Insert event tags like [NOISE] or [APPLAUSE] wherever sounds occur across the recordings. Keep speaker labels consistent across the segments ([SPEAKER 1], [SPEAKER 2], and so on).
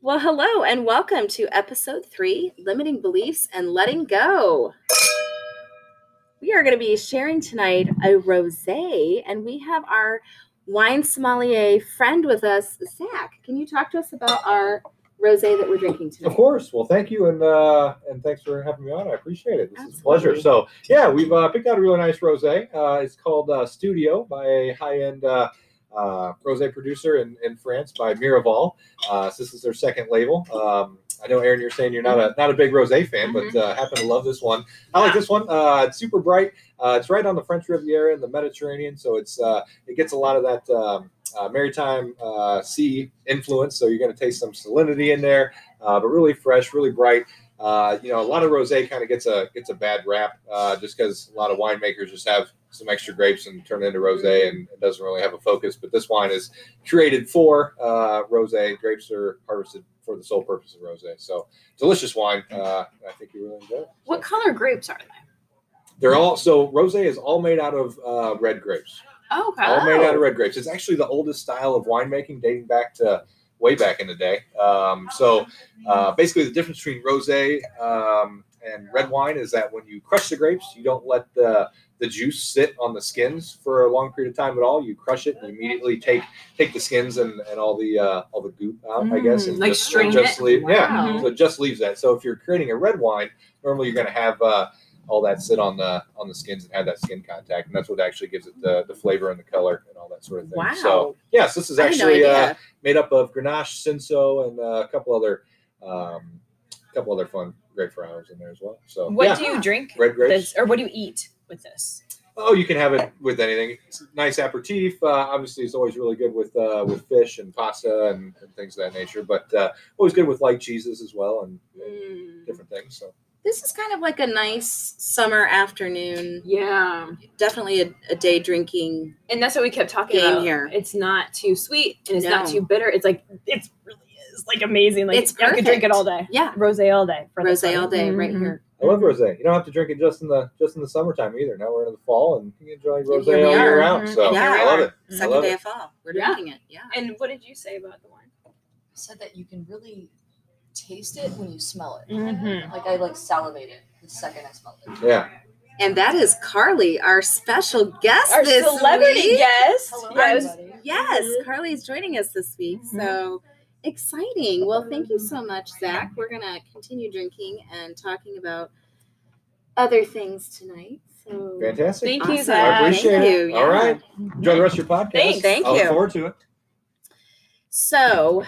[SPEAKER 1] Well, hello and welcome to episode three Limiting Beliefs and Letting Go. We are going to be sharing tonight a rose, and we have our wine sommelier friend with us, Zach. Can you talk to us about our rose that we're drinking
[SPEAKER 2] Of
[SPEAKER 1] tonight?
[SPEAKER 2] course. Well, thank you, and uh, and thanks for having me on. I appreciate it. This is a pleasure.
[SPEAKER 1] Absolutely.
[SPEAKER 2] So, yeah, we've uh, picked out a really nice rosé. Uh, it's called uh, Studio by a high-end uh, uh, rosé producer in, in France by Miraval. Uh, so this is their second label. Um, I know, Aaron, you're saying you're not a not a big rosé fan, but uh, happen to love this one. I like this one. Uh, it's super bright. Uh, it's right on the French Riviera in the Mediterranean, so it's uh, it gets a lot of that. Um, uh, maritime uh, sea influence, so you're going to taste some salinity in there uh, but really fresh, really bright. Uh, you know, a lot of rosé kind of gets a gets a bad rap uh, just because a lot of winemakers just have some extra grapes and turn it into rosé, and it doesn't really have a focus. But this wine is created for uh, rosé. Grapes are harvested for the sole purpose of rosé. So delicious wine. Uh, I think you really enjoy. It.
[SPEAKER 3] What color grapes are they?
[SPEAKER 2] They're all so rosé is all made out of uh, red grapes.
[SPEAKER 3] Oh, okay.
[SPEAKER 2] All made out
[SPEAKER 1] Oh.
[SPEAKER 2] of red grapes. It's actually the oldest style of winemaking, dating back to way back in the day. Um, so uh, basically, the difference between rosé um, and red wine is that when you crush the grapes, you don't let the the juice sit on the skins for a long period of time at all. You crush it and immediately take take the skins and, and all the uh, all the goop out, I guess,
[SPEAKER 1] Mm,
[SPEAKER 2] and
[SPEAKER 3] like
[SPEAKER 2] just,
[SPEAKER 3] strain
[SPEAKER 2] and just
[SPEAKER 3] it?
[SPEAKER 2] leave. Yeah,
[SPEAKER 4] Mm-hmm.
[SPEAKER 3] Wow.
[SPEAKER 2] so it just leaves that. So if you're creating a red wine, normally you're going to have uh, all that sit on the on the skins and have that skin contact, and that's what actually gives it the, the flavor and the color and all that sort of thing.
[SPEAKER 1] Wow.
[SPEAKER 2] So yes, this is
[SPEAKER 1] I had no
[SPEAKER 2] actually uh,
[SPEAKER 1] idea.
[SPEAKER 2] made up of Grenache, Cinso, and uh, a couple other, um, a couple other fun grape varieties in there as well. So
[SPEAKER 4] What
[SPEAKER 2] yeah,
[SPEAKER 4] do you drink
[SPEAKER 2] red grapes.
[SPEAKER 4] this, or what do you eat with this?
[SPEAKER 2] Oh, you can have it with anything. It's a nice aperitif. Uh, obviously, it's always really good with uh, with fish and pasta and, and things of that nature. But uh, always good with light cheeses as well and, and
[SPEAKER 1] Mm.
[SPEAKER 2] different things. So
[SPEAKER 1] This is kind of like a nice summer afternoon.
[SPEAKER 3] Yeah.
[SPEAKER 1] Definitely a, a day drinking.
[SPEAKER 4] And that's what we kept talking
[SPEAKER 1] Game
[SPEAKER 4] about.
[SPEAKER 1] here.
[SPEAKER 4] It's not too sweet and it's not
[SPEAKER 1] No.
[SPEAKER 4] too bitter. It's like it's really is like amazing. Like
[SPEAKER 1] It's
[SPEAKER 4] I could drink
[SPEAKER 1] perfect.
[SPEAKER 4] it all day.
[SPEAKER 1] Yeah,
[SPEAKER 4] Rosé all day. for this
[SPEAKER 1] rose all
[SPEAKER 4] one.
[SPEAKER 1] day right
[SPEAKER 4] Mhm.
[SPEAKER 1] here.
[SPEAKER 2] I love rosé. You don't have to drink it just in the just in the summertime either. Now we're into the fall and you can enjoy rosé
[SPEAKER 1] we
[SPEAKER 2] all
[SPEAKER 1] are.
[SPEAKER 2] year round. So
[SPEAKER 1] Yeah.
[SPEAKER 2] I love it. I
[SPEAKER 1] Second
[SPEAKER 2] love
[SPEAKER 1] day
[SPEAKER 2] it.
[SPEAKER 1] of fall. We're
[SPEAKER 3] Yeah.
[SPEAKER 1] drinking it. Yeah.
[SPEAKER 4] And what did you say about the wine?
[SPEAKER 5] said that you can really taste it when you smell it.
[SPEAKER 4] Mhm.
[SPEAKER 5] Like I like salivated the second I smelled it.
[SPEAKER 2] Yeah.
[SPEAKER 1] And that is Carly, our special guest
[SPEAKER 4] Our
[SPEAKER 1] this
[SPEAKER 4] celebrity
[SPEAKER 1] week.
[SPEAKER 4] guest.
[SPEAKER 5] Hello,
[SPEAKER 4] Yes.
[SPEAKER 5] everybody.
[SPEAKER 1] Yes,
[SPEAKER 4] Mhm.
[SPEAKER 1] Carly is joining us this week.
[SPEAKER 4] Mhm.
[SPEAKER 1] So exciting. Well, thank you so much, Zach. We're going to continue drinking and talking about other things tonight. So
[SPEAKER 2] Fantastic.
[SPEAKER 4] Thank
[SPEAKER 1] Awesome.
[SPEAKER 4] you,
[SPEAKER 2] I
[SPEAKER 4] Zach.
[SPEAKER 2] appreciate
[SPEAKER 1] Thank
[SPEAKER 2] it.
[SPEAKER 1] you,
[SPEAKER 2] All
[SPEAKER 1] yeah.
[SPEAKER 2] right. Enjoy the rest of your podcast.
[SPEAKER 4] Thanks. Thank
[SPEAKER 2] I look
[SPEAKER 1] you.
[SPEAKER 2] forward to it.
[SPEAKER 1] So,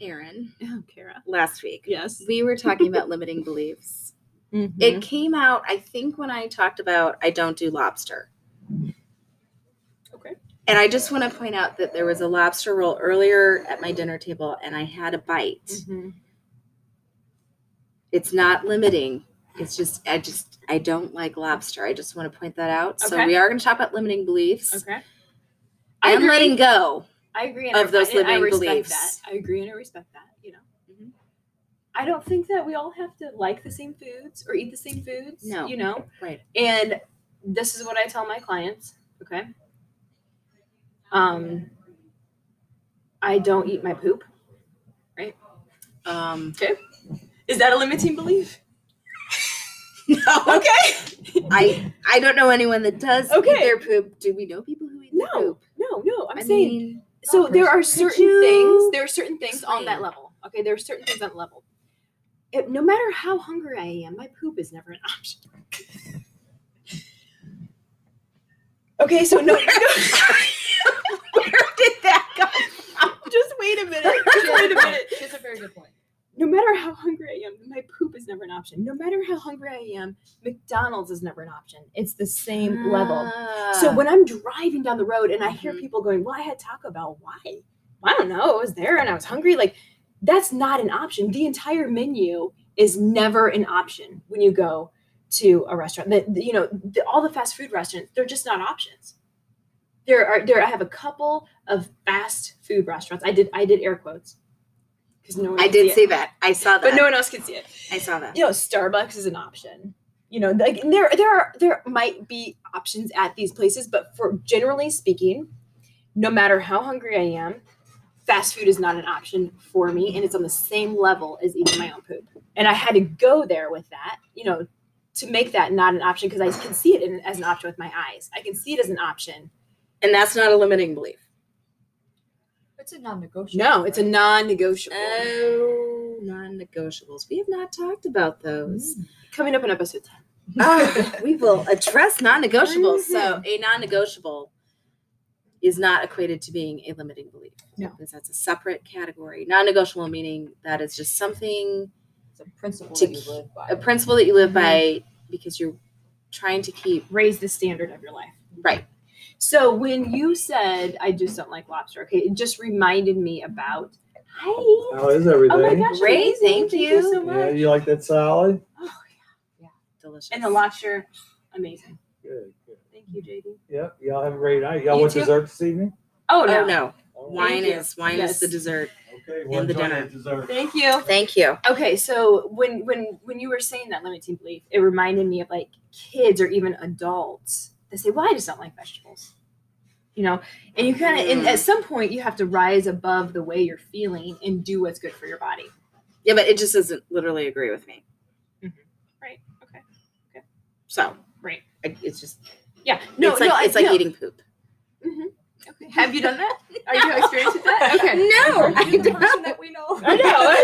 [SPEAKER 1] Aaron,
[SPEAKER 4] Oh, Kara.
[SPEAKER 1] last week,
[SPEAKER 4] Yes.
[SPEAKER 1] we were talking about limiting beliefs.
[SPEAKER 4] Mm-hmm.
[SPEAKER 1] It came out, I think, when I talked about I don't do lobster.
[SPEAKER 4] Okay.
[SPEAKER 1] And I just want to point out that there was a lobster roll earlier at my dinner table and I had a bite.
[SPEAKER 4] Mhm.
[SPEAKER 1] It's not limiting. It's just, I just, I don't like lobster. I just want to point that out. So
[SPEAKER 4] Okay.
[SPEAKER 1] we are going to talk about limiting beliefs
[SPEAKER 4] Okay. I
[SPEAKER 1] and
[SPEAKER 4] agree.
[SPEAKER 1] letting go.
[SPEAKER 4] I agree and
[SPEAKER 1] of
[SPEAKER 4] I-
[SPEAKER 1] those
[SPEAKER 4] and I
[SPEAKER 1] limiting
[SPEAKER 4] respect
[SPEAKER 1] beliefs.
[SPEAKER 4] That. I agree and I respect that. You know,
[SPEAKER 1] Mhm.
[SPEAKER 4] I don't think that we all have to like the same foods or eat the same foods.
[SPEAKER 1] No.
[SPEAKER 4] you know,
[SPEAKER 1] Right.
[SPEAKER 4] and this is what I tell my clients. Okay. Um, I don't eat my poop.
[SPEAKER 1] Um,
[SPEAKER 4] Is that a limiting belief?
[SPEAKER 1] no,
[SPEAKER 4] [LAUGHS] Okay.
[SPEAKER 1] I, I don't know anyone that does eat
[SPEAKER 4] Okay.
[SPEAKER 1] their poop. Do we know people who eat their
[SPEAKER 4] No,
[SPEAKER 1] poop?
[SPEAKER 4] no, no. I'm
[SPEAKER 1] I
[SPEAKER 4] saying
[SPEAKER 1] mean,
[SPEAKER 4] so there are
[SPEAKER 1] person. Could
[SPEAKER 4] certain
[SPEAKER 1] you
[SPEAKER 4] things there are certain things on
[SPEAKER 1] explain?
[SPEAKER 4] that level okay there are certain things on that level It- no matter how hungry i am my poop is never an option [LAUGHS] okay so [LAUGHS] no,
[SPEAKER 1] where did that go?
[SPEAKER 4] just wait a minute [LAUGHS] just wait a minute
[SPEAKER 5] She has a very good point.
[SPEAKER 4] no matter how hungry i am my poop is never an option no matter how hungry i am mcdonald's is never an option it's the same level so
[SPEAKER 1] Uh. ah.
[SPEAKER 4] when i'm driving down the road and i hear
[SPEAKER 1] Mhm.
[SPEAKER 4] people going well i had taco bell why i don't know it was there and i was hungry like that's not an option the entire menu is never an option when you go to a restaurant that you know the, all the fast food restaurants they're just not options there are there i have a couple of fast food restaurants i did i did air quotes because no one
[SPEAKER 1] I
[SPEAKER 4] could
[SPEAKER 1] did
[SPEAKER 4] it.
[SPEAKER 1] see that. I saw that.
[SPEAKER 4] but no one else could see it
[SPEAKER 1] I saw that.
[SPEAKER 4] you know starbucks is an option you know like and there there are there might be options at these places but for generally speaking no matter how hungry i am fast food is not an option for me, and it's on the same level as eating my own poop. And I had to go there with that, you know, to make that not an option because I can see it in, as an option with my eyes. I can see it as an option.
[SPEAKER 1] And that's not a limiting belief.
[SPEAKER 5] It's a non-negotiable.
[SPEAKER 4] No, it's a non-negotiable.
[SPEAKER 1] Oh, non negotiables. We have not talked about those.
[SPEAKER 4] Coming up in episode ten.
[SPEAKER 1] [LAUGHS] Oh,
[SPEAKER 4] Mm.
[SPEAKER 1] we will address non negotiables. So,
[SPEAKER 4] Mm-hmm.
[SPEAKER 1] a non negotiable is not equated to being a limiting belief.
[SPEAKER 4] No.
[SPEAKER 1] Because that's a separate category. Non negotiable meaning that it's just something,
[SPEAKER 5] It's a principle
[SPEAKER 1] To
[SPEAKER 5] that you live by.
[SPEAKER 1] a principle that you live
[SPEAKER 4] Mm-hmm.
[SPEAKER 1] by because you're trying to keep
[SPEAKER 4] Raise the standard of your life.
[SPEAKER 1] right.
[SPEAKER 4] So when you said I just don't like lobster, okay, it just reminded me about.
[SPEAKER 2] [LAUGHS]
[SPEAKER 4] Hi.
[SPEAKER 3] How is everything?
[SPEAKER 4] Oh my gosh,
[SPEAKER 1] Great,
[SPEAKER 4] amazing.
[SPEAKER 1] thank you.
[SPEAKER 4] so
[SPEAKER 3] Yeah,
[SPEAKER 4] much.
[SPEAKER 3] you like that salad?
[SPEAKER 4] Oh,
[SPEAKER 1] Delicious.
[SPEAKER 4] and the lobster, amazing.
[SPEAKER 3] Good. good.
[SPEAKER 4] Thank you, JD.
[SPEAKER 3] Yep. Y'all have a great night. Y'all
[SPEAKER 4] You
[SPEAKER 3] want
[SPEAKER 4] too.
[SPEAKER 3] dessert this evening?
[SPEAKER 4] Oh no.
[SPEAKER 1] Oh, no.
[SPEAKER 3] All right.
[SPEAKER 1] Wine
[SPEAKER 4] you.
[SPEAKER 1] is wine is
[SPEAKER 4] Yes.
[SPEAKER 1] the dessert.
[SPEAKER 3] Okay. Well,
[SPEAKER 1] And the
[SPEAKER 3] enjoy
[SPEAKER 1] dinner.
[SPEAKER 3] that dessert.
[SPEAKER 4] Thank you.
[SPEAKER 1] Thank you.
[SPEAKER 4] Okay, so when when when you were saying that limiting belief, it reminded me of like kids or even adults that say, "Well, I just don't like vegetables," you know. And you kind of, and at some point, you have to rise above the way you're feeling and do what's good for your body.
[SPEAKER 1] Yeah, but it just doesn't literally agree with me.
[SPEAKER 4] Right. Okay. Okay.
[SPEAKER 1] So
[SPEAKER 4] Right.
[SPEAKER 1] I, it's just
[SPEAKER 4] Yeah. No.
[SPEAKER 1] it's like
[SPEAKER 4] no, I-
[SPEAKER 1] it's like
[SPEAKER 4] no.
[SPEAKER 1] eating poop.
[SPEAKER 4] Okay. [LAUGHS] Have you done that? Are
[SPEAKER 5] [LAUGHS]
[SPEAKER 4] you experienced with that? Okay.
[SPEAKER 1] [LAUGHS] No, I
[SPEAKER 5] You're the
[SPEAKER 1] don't.
[SPEAKER 5] person that we know.
[SPEAKER 4] I
[SPEAKER 5] [LAUGHS]
[SPEAKER 1] no,
[SPEAKER 4] know.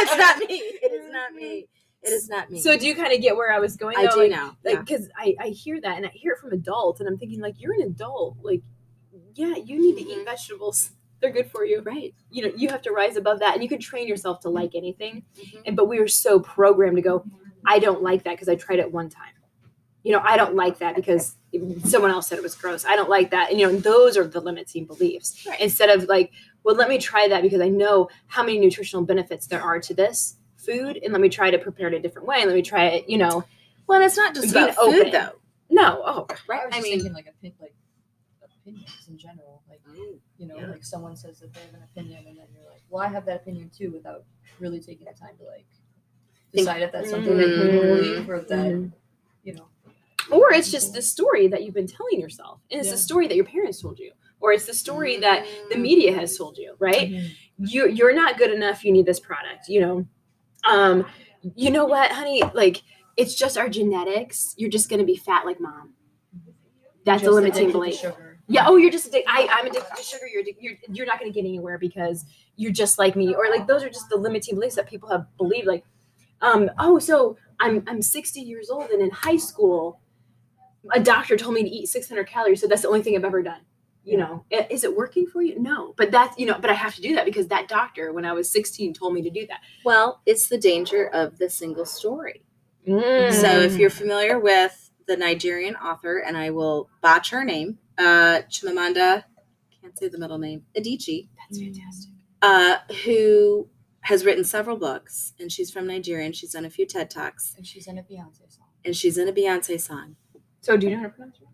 [SPEAKER 1] it's not me. [LAUGHS] It is not me. It is not me.
[SPEAKER 4] so do you kind of get where I was going?
[SPEAKER 1] I
[SPEAKER 4] though?
[SPEAKER 1] do
[SPEAKER 4] Like,
[SPEAKER 1] now.
[SPEAKER 4] like
[SPEAKER 1] yeah.
[SPEAKER 4] because I, I hear that and i hear it from adults and i'm thinking like you're an adult like yeah you need to eat
[SPEAKER 1] Mhm.
[SPEAKER 4] vegetables [LAUGHS] they're good for you
[SPEAKER 1] Right.
[SPEAKER 4] you know you have to rise above that and you can train yourself to like anything
[SPEAKER 1] Mm-hmm.
[SPEAKER 4] and but we are so programmed to go i don't like that because i tried it one time you know i don't like that because someone else said it was gross i don't like that and you know and those are the limiting beliefs
[SPEAKER 1] Right.
[SPEAKER 4] instead of like well let me try that because i know how many nutritional benefits there are to this food and let me try to prepare it a different way let me try it you know
[SPEAKER 1] Well, and it's not just
[SPEAKER 4] Being
[SPEAKER 1] about food
[SPEAKER 4] open.
[SPEAKER 1] though.
[SPEAKER 4] no oh
[SPEAKER 5] I was
[SPEAKER 1] I
[SPEAKER 5] just
[SPEAKER 1] mean-
[SPEAKER 5] thinking like opinion, like opinions in general. Like you know,
[SPEAKER 1] Yeah.
[SPEAKER 5] like someone says that they have an opinion, and then you're like, "Well, I have that opinion too," without really taking the time to like
[SPEAKER 1] Think-
[SPEAKER 5] decide if that's something that you
[SPEAKER 4] Mm-hmm.
[SPEAKER 5] believe or that you know.
[SPEAKER 4] or it's just the story that you've been telling yourself and it's the
[SPEAKER 5] Yeah. Mm-hmm.
[SPEAKER 4] story that your parents told you or it's the story that the media has told you right
[SPEAKER 5] Mhm.
[SPEAKER 4] you you're not good enough you need this product you know um you know what honey like it's just our genetics you're just going to be fat like mom that's a
[SPEAKER 5] Just addicted
[SPEAKER 4] limiting
[SPEAKER 5] to
[SPEAKER 4] belief
[SPEAKER 5] Sugar.
[SPEAKER 4] yeah oh you're just addicted I, i'm addicted to sugar you're, addic- you're you're not going to get anywhere because you're just like me or like those are just the limiting beliefs that people have believed like um oh so i'm i'm 60 years old and in high school a doctor told me to eat 600 calories so that's the only thing i've ever done you know I- is it working for you no but that's you know but i have to do that because that doctor when i was 16 told me to do that
[SPEAKER 1] Well, it's the danger of the single story.
[SPEAKER 5] Mm.
[SPEAKER 1] So if you're familiar with the Nigerian author, and I will botch her name, uh, Chimamanda, can't say the middle name, Adichie.
[SPEAKER 4] that's
[SPEAKER 5] Mm-hmm.
[SPEAKER 4] fantastic
[SPEAKER 1] uh, who has written several books, and she's from Nigeria, and she's done a few TED Talks,
[SPEAKER 5] And she's in a Beyonce song.
[SPEAKER 1] and she's in a Beyonce song.
[SPEAKER 4] so do you know how to pronounce it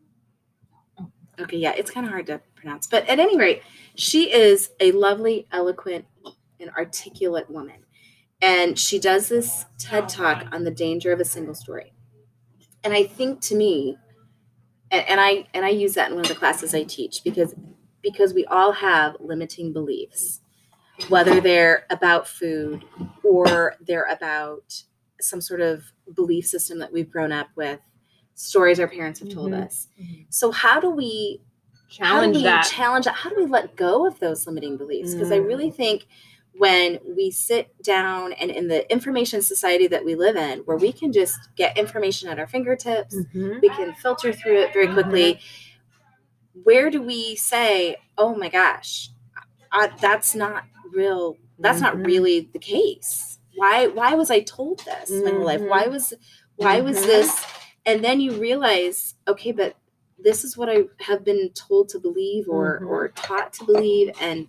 [SPEAKER 1] Okay, yeah, it's kind of hard to pronounce, but at any rate, she is a lovely, eloquent, and articulate woman, and she does this TED Talk on the danger of a single story, and I think to me, and, and I and I use that in one of the classes I teach because because we all have limiting beliefs, whether they're about food or they're about some sort of belief system that we've grown up with, stories our parents have told
[SPEAKER 4] Mhm.
[SPEAKER 1] us.
[SPEAKER 5] Mhm.
[SPEAKER 1] So how do we how do
[SPEAKER 4] challenge
[SPEAKER 1] we
[SPEAKER 4] that
[SPEAKER 1] challenge that? How do we let go of those limiting beliefs? Because I
[SPEAKER 4] Mm.
[SPEAKER 1] really think when we sit down and in the information society that we live in, where we can just get information at our fingertips,
[SPEAKER 4] Mhm.
[SPEAKER 1] we can filter through it very quickly. Where do we say, "Oh my gosh, I, that's not real. That's
[SPEAKER 4] Mhm.
[SPEAKER 1] not really the case. Why? Why was I told this my whole life?
[SPEAKER 4] Mhm.
[SPEAKER 1] Why was? Why was
[SPEAKER 4] Mhm.
[SPEAKER 1] this?" And then you realize, okay, but this is what I have been told to believe or
[SPEAKER 4] Mhm.
[SPEAKER 1] or taught to believe, and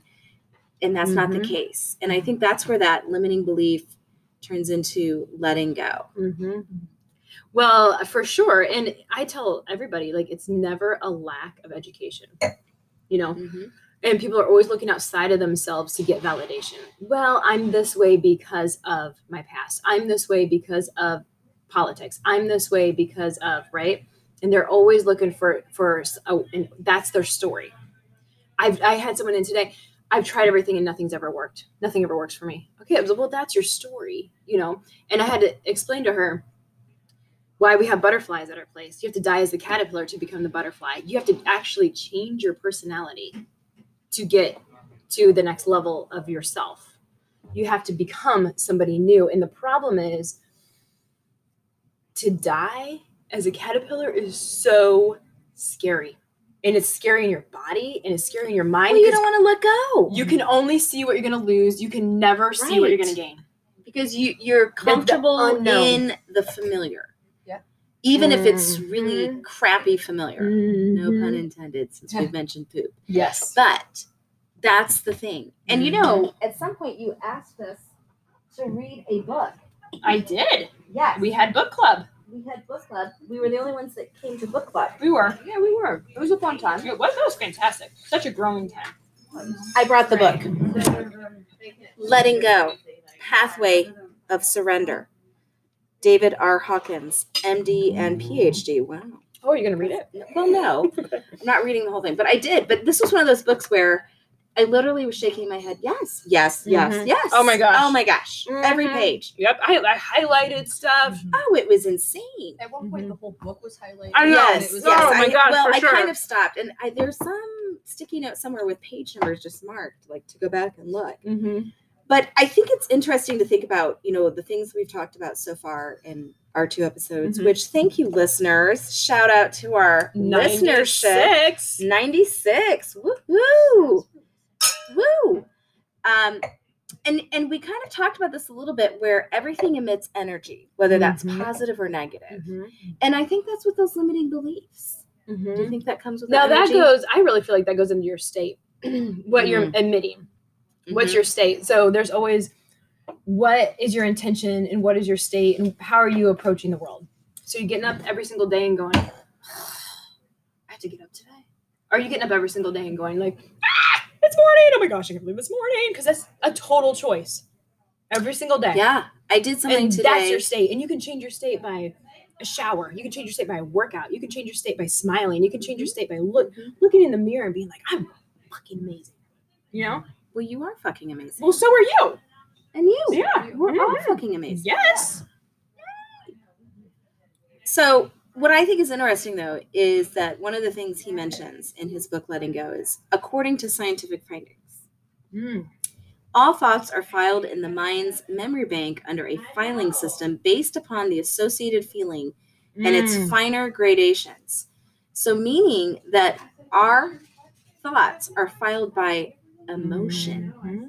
[SPEAKER 1] and that's not the
[SPEAKER 4] Mhm.
[SPEAKER 1] case. And I think that's where that limiting belief turns into letting go.
[SPEAKER 4] hmm Well, for sure. And I tell everybody, like, it's never a lack of education, you know? And people are always looking outside of themselves to get validation. Well, I'm this way because of my past. I'm this way because of politics. I'm this way because of, right? And they're always looking for, for, oh, and that's their story. I've, I had someone in today, I've tried everything and nothing's ever worked. Nothing ever works for me. Okay, I was like, well, that's your story, you know. And I had to explain to her why we have butterflies at our place. You have to die as the caterpillar to become the butterfly. You have to actually change your personality to get to the next level of yourself. You have to become somebody new. And the problem is to die as a caterpillar is so scary. And it's scary in your body and it's scary in your mind.
[SPEAKER 1] Well, you
[SPEAKER 4] because
[SPEAKER 1] don't want to let go
[SPEAKER 4] you can only see what you're going to lose. You can never see what you're
[SPEAKER 1] Right.
[SPEAKER 4] going to gain.
[SPEAKER 1] because you you're comfortable
[SPEAKER 4] unknown.
[SPEAKER 1] in the familiar.
[SPEAKER 5] Yeah.
[SPEAKER 1] Even if it's
[SPEAKER 4] Mhm.
[SPEAKER 1] really crappy familiar.
[SPEAKER 4] Mm-hmm.
[SPEAKER 1] No pun intended since we've mentioned poop.
[SPEAKER 4] Yes.
[SPEAKER 1] But that's the thing. And you know, at some point you asked us to read a book.
[SPEAKER 4] I did.
[SPEAKER 1] Yes.
[SPEAKER 4] We had book club.
[SPEAKER 1] We had book club. We were the only ones that came to book club.
[SPEAKER 4] We were. Yeah, we were. It was a fun time. It was, it was fantastic. Such a growing time.
[SPEAKER 1] I brought the book.
[SPEAKER 5] Letting go.
[SPEAKER 1] Pathway of Surrender. David R. Hawkins, MD and PhD. Wow.
[SPEAKER 4] Oh, you're going to read it?
[SPEAKER 1] Well,
[SPEAKER 4] [LAUGHS]
[SPEAKER 1] no, I'm not reading the whole thing, but I did. But this was one of those books where I literally was shaking my head. Yes, yes, yes,
[SPEAKER 5] Mm-hmm.
[SPEAKER 4] Mhm.
[SPEAKER 1] yes.
[SPEAKER 4] Oh my gosh.
[SPEAKER 1] Oh my gosh. Every
[SPEAKER 4] Mhm.
[SPEAKER 1] page.
[SPEAKER 4] Yep. I, I highlighted stuff.
[SPEAKER 1] Oh, it was insane.
[SPEAKER 5] At one point, the whole book was
[SPEAKER 4] Mm-hmm.
[SPEAKER 5] highlighted.
[SPEAKER 4] I know.
[SPEAKER 5] and
[SPEAKER 1] Yes,
[SPEAKER 5] It was
[SPEAKER 1] yes.
[SPEAKER 4] Oh
[SPEAKER 5] like,
[SPEAKER 4] my
[SPEAKER 1] I,
[SPEAKER 4] gosh,
[SPEAKER 1] Well,
[SPEAKER 4] for
[SPEAKER 1] I
[SPEAKER 4] sure.
[SPEAKER 1] kind of stopped, and I, there's some sticky note somewhere with page numbers just marked, like to go back and look.
[SPEAKER 4] Mm-hmm.
[SPEAKER 1] But I think it's interesting to think about, you know, the things we've talked about so far in our two episodes.
[SPEAKER 5] Mm-hmm.
[SPEAKER 4] Mhm.
[SPEAKER 1] Which, thank you, listeners. Shout out to our listenership. 96. Woo-hoo. Woo. Um, and and we kind of talked about this a little bit where everything emits energy, whether that's
[SPEAKER 4] Mhm.
[SPEAKER 1] positive or negative.
[SPEAKER 4] Mm-hmm.
[SPEAKER 1] And I think that's what those limiting beliefs. Do you
[SPEAKER 4] Mm-hmm.
[SPEAKER 1] think that comes with
[SPEAKER 4] Now
[SPEAKER 1] the
[SPEAKER 4] that
[SPEAKER 1] energy?
[SPEAKER 4] goes, I really feel like that goes into your state, [CLEARS THROAT] what you're admitting. what's your state so there's always what is your intention and what is your state and how are you approaching the world so you're getting up every single day and going [SIGHS] i have to get up today are you getting up every single day and going like ah, it's morning oh my gosh i can't believe it's morning because that's a total choice every single day
[SPEAKER 1] Yeah. I did something
[SPEAKER 4] and
[SPEAKER 1] today.
[SPEAKER 4] that's your state and you can change your state by a shower you can change your state by a workout you can change your state by smiling you can change
[SPEAKER 1] Mm-hmm.
[SPEAKER 4] your state by look looking in the mirror and being like i'm fucking amazing you know
[SPEAKER 1] well, you are fucking amazing.
[SPEAKER 4] well so are you
[SPEAKER 1] And you.
[SPEAKER 4] Yeah.
[SPEAKER 1] We're all
[SPEAKER 4] Mhm.
[SPEAKER 1] fucking amazing.
[SPEAKER 4] Yes.
[SPEAKER 1] So what I think is interesting though is that one of the things he mentions in his book Letting Go is according to scientific findings.
[SPEAKER 4] Hmm.
[SPEAKER 1] All thoughts are filed in the mind's memory bank under a filing system based upon the associated feeling and its
[SPEAKER 4] Hmm.
[SPEAKER 1] finer gradations. So, meaning that our thoughts are filed by emotion.
[SPEAKER 4] Hmm.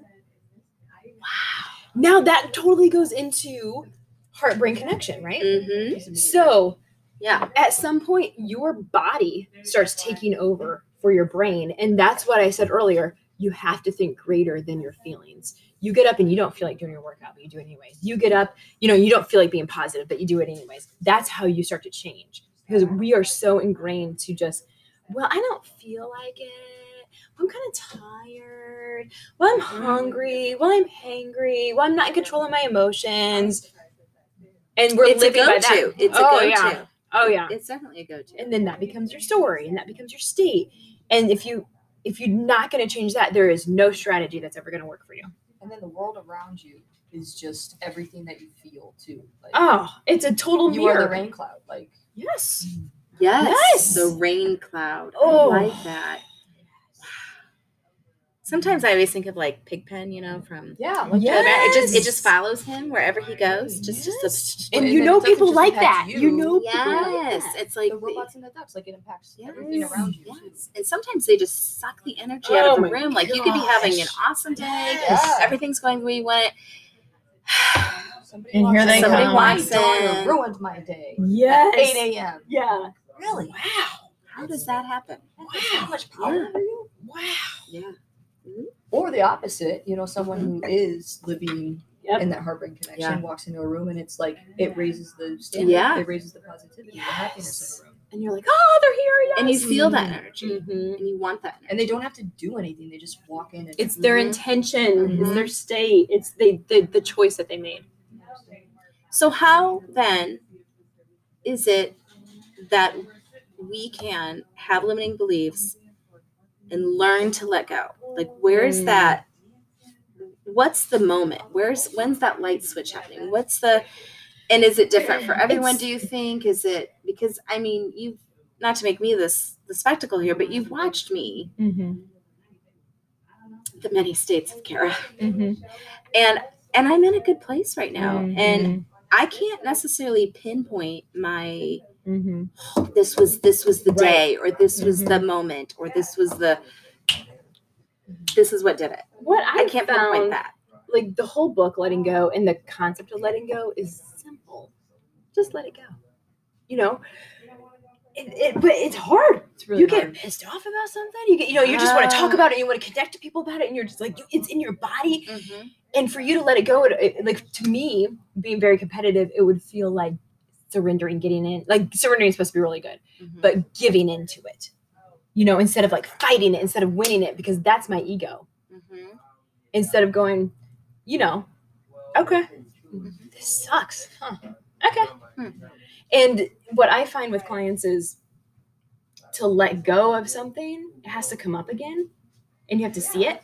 [SPEAKER 4] Now that totally goes into heart brain connection, right?
[SPEAKER 1] hmm
[SPEAKER 4] So
[SPEAKER 1] Yeah.
[SPEAKER 4] at some point, your body starts taking over for your brain. And that's what I said earlier. You have to think greater than your feelings. You get up and you don't feel like doing your workout, but you do it anyways. You get up, you know, you don't feel like being positive, but you do it anyways. That's how you start to change because we are so ingrained to just, well, I don't feel like it. I'm kind of tired. Well, I'm hungry. Well, I'm hangry. Well, I'm not in control of my emotions. And we're
[SPEAKER 1] it's a
[SPEAKER 4] living
[SPEAKER 1] go
[SPEAKER 4] by that.
[SPEAKER 1] to. It's
[SPEAKER 4] Oh,
[SPEAKER 1] a go
[SPEAKER 4] yeah.
[SPEAKER 1] to.
[SPEAKER 4] Oh yeah.
[SPEAKER 1] It's definitely a go to.
[SPEAKER 4] And then that becomes your story and that becomes your state. And if you if you're not going to change that, there is no strategy that's ever going to work for you.
[SPEAKER 5] And then the world around you is just everything that you feel too. Like,
[SPEAKER 4] Oh, it's a total
[SPEAKER 5] you
[SPEAKER 4] mirror.
[SPEAKER 5] are the rain cloud. Like
[SPEAKER 4] Yes.
[SPEAKER 1] Yes.
[SPEAKER 4] Yes.
[SPEAKER 1] The rain cloud.
[SPEAKER 4] Oh.
[SPEAKER 1] I like that. Sometimes I always think of like Pigpen, you know, from.
[SPEAKER 5] yeah, like
[SPEAKER 4] Yeah.
[SPEAKER 1] It just it just
[SPEAKER 4] Yes.
[SPEAKER 1] follows him wherever he goes. Just just a
[SPEAKER 4] And
[SPEAKER 5] And
[SPEAKER 4] you
[SPEAKER 5] then
[SPEAKER 4] know
[SPEAKER 5] it doesn't
[SPEAKER 4] people
[SPEAKER 5] just
[SPEAKER 4] like that.
[SPEAKER 5] impact
[SPEAKER 4] You,
[SPEAKER 5] you.
[SPEAKER 4] know people like
[SPEAKER 1] Yes,
[SPEAKER 4] that.
[SPEAKER 1] it's like
[SPEAKER 5] the
[SPEAKER 1] the-
[SPEAKER 5] robots in the depths. Like it impacts
[SPEAKER 1] Yes.
[SPEAKER 5] everything around you. too.
[SPEAKER 1] yes. and sometimes they just suck the energy out
[SPEAKER 4] Oh
[SPEAKER 1] of the
[SPEAKER 4] my
[SPEAKER 1] room. Like you could be having an
[SPEAKER 4] gosh.
[SPEAKER 1] awesome day,
[SPEAKER 5] Yes.
[SPEAKER 1] everything's going the way you want it.
[SPEAKER 5] Somebody
[SPEAKER 6] And
[SPEAKER 5] walks
[SPEAKER 6] here
[SPEAKER 5] in,
[SPEAKER 6] they
[SPEAKER 5] somebody
[SPEAKER 6] come.
[SPEAKER 5] walks
[SPEAKER 1] Somebody
[SPEAKER 5] in. ruined my day.
[SPEAKER 4] Yes.
[SPEAKER 5] At 8 a.m.
[SPEAKER 4] Yeah.
[SPEAKER 1] Really?
[SPEAKER 4] Wow.
[SPEAKER 1] How does that happen?
[SPEAKER 5] How much power
[SPEAKER 1] Yeah.
[SPEAKER 5] over you?
[SPEAKER 4] Wow.
[SPEAKER 1] Yeah.
[SPEAKER 5] Or the opposite, you know, someone who is living
[SPEAKER 4] Yep.
[SPEAKER 5] in that heartbreak connection
[SPEAKER 1] Yeah.
[SPEAKER 5] walks into a room and it's like it raises the standard,
[SPEAKER 1] Yeah.
[SPEAKER 5] it raises the positivity, and the happiness of a room,
[SPEAKER 4] And you're like, "Oh, they're here." Yes.
[SPEAKER 1] And you feel that energy.
[SPEAKER 5] mm-hmm.
[SPEAKER 4] Mhm.
[SPEAKER 1] And you want that energy.
[SPEAKER 5] and they don't have to do anything; they just walk in. And
[SPEAKER 4] It's their
[SPEAKER 1] Mhm.
[SPEAKER 5] Mm-hmm.
[SPEAKER 4] intention, it's
[SPEAKER 1] Mhm.
[SPEAKER 4] their state, it's they the, the choice that they made.
[SPEAKER 1] So how then is it that we can have limiting beliefs and learn to let go. Like, where is
[SPEAKER 4] Mm.
[SPEAKER 1] that? What's the moment? Where's when's that light switch happening? What's the and is it different for everyone?
[SPEAKER 4] It's-
[SPEAKER 1] Do you think? Is it because I mean you've not to make me this the spectacle here, but you've watched me
[SPEAKER 5] Mm-hmm.
[SPEAKER 1] the many states of Kara,
[SPEAKER 5] Mm-hmm.
[SPEAKER 1] and and I'm in a good place right now, and
[SPEAKER 5] And
[SPEAKER 1] I can't necessarily pinpoint my
[SPEAKER 5] mm-hmm.
[SPEAKER 1] this was this was the day or this was
[SPEAKER 5] Mhm.
[SPEAKER 1] the moment or this was the this is what did it.
[SPEAKER 4] What I,
[SPEAKER 1] I can't pinpoint
[SPEAKER 4] found,
[SPEAKER 1] that.
[SPEAKER 4] like the whole book, letting go, and the concept of letting go is simple. Just let it go. You know, it, it, but it's hard.
[SPEAKER 5] It's really
[SPEAKER 4] you
[SPEAKER 5] hard.
[SPEAKER 4] get pissed off about something. You get, you know, you just want to talk
[SPEAKER 1] Ah.
[SPEAKER 4] about it. You want to connect to people about it, and you're just like, you, it's in your body. and for you to let it go, it, it- like to me, being very competitive, it would feel like surrendering, getting in. Like surrendering is supposed to be really good,
[SPEAKER 1] But
[SPEAKER 4] but giving into it, you know, instead of like fighting it, instead of winning it, because that's my ego.
[SPEAKER 1] Mm-hmm.
[SPEAKER 4] Instead of going, you know, okay, this sucks. Huh. Okay.
[SPEAKER 1] Hmm.
[SPEAKER 4] And what I find with clients is to let go of something, it has to come up again and you have to see it.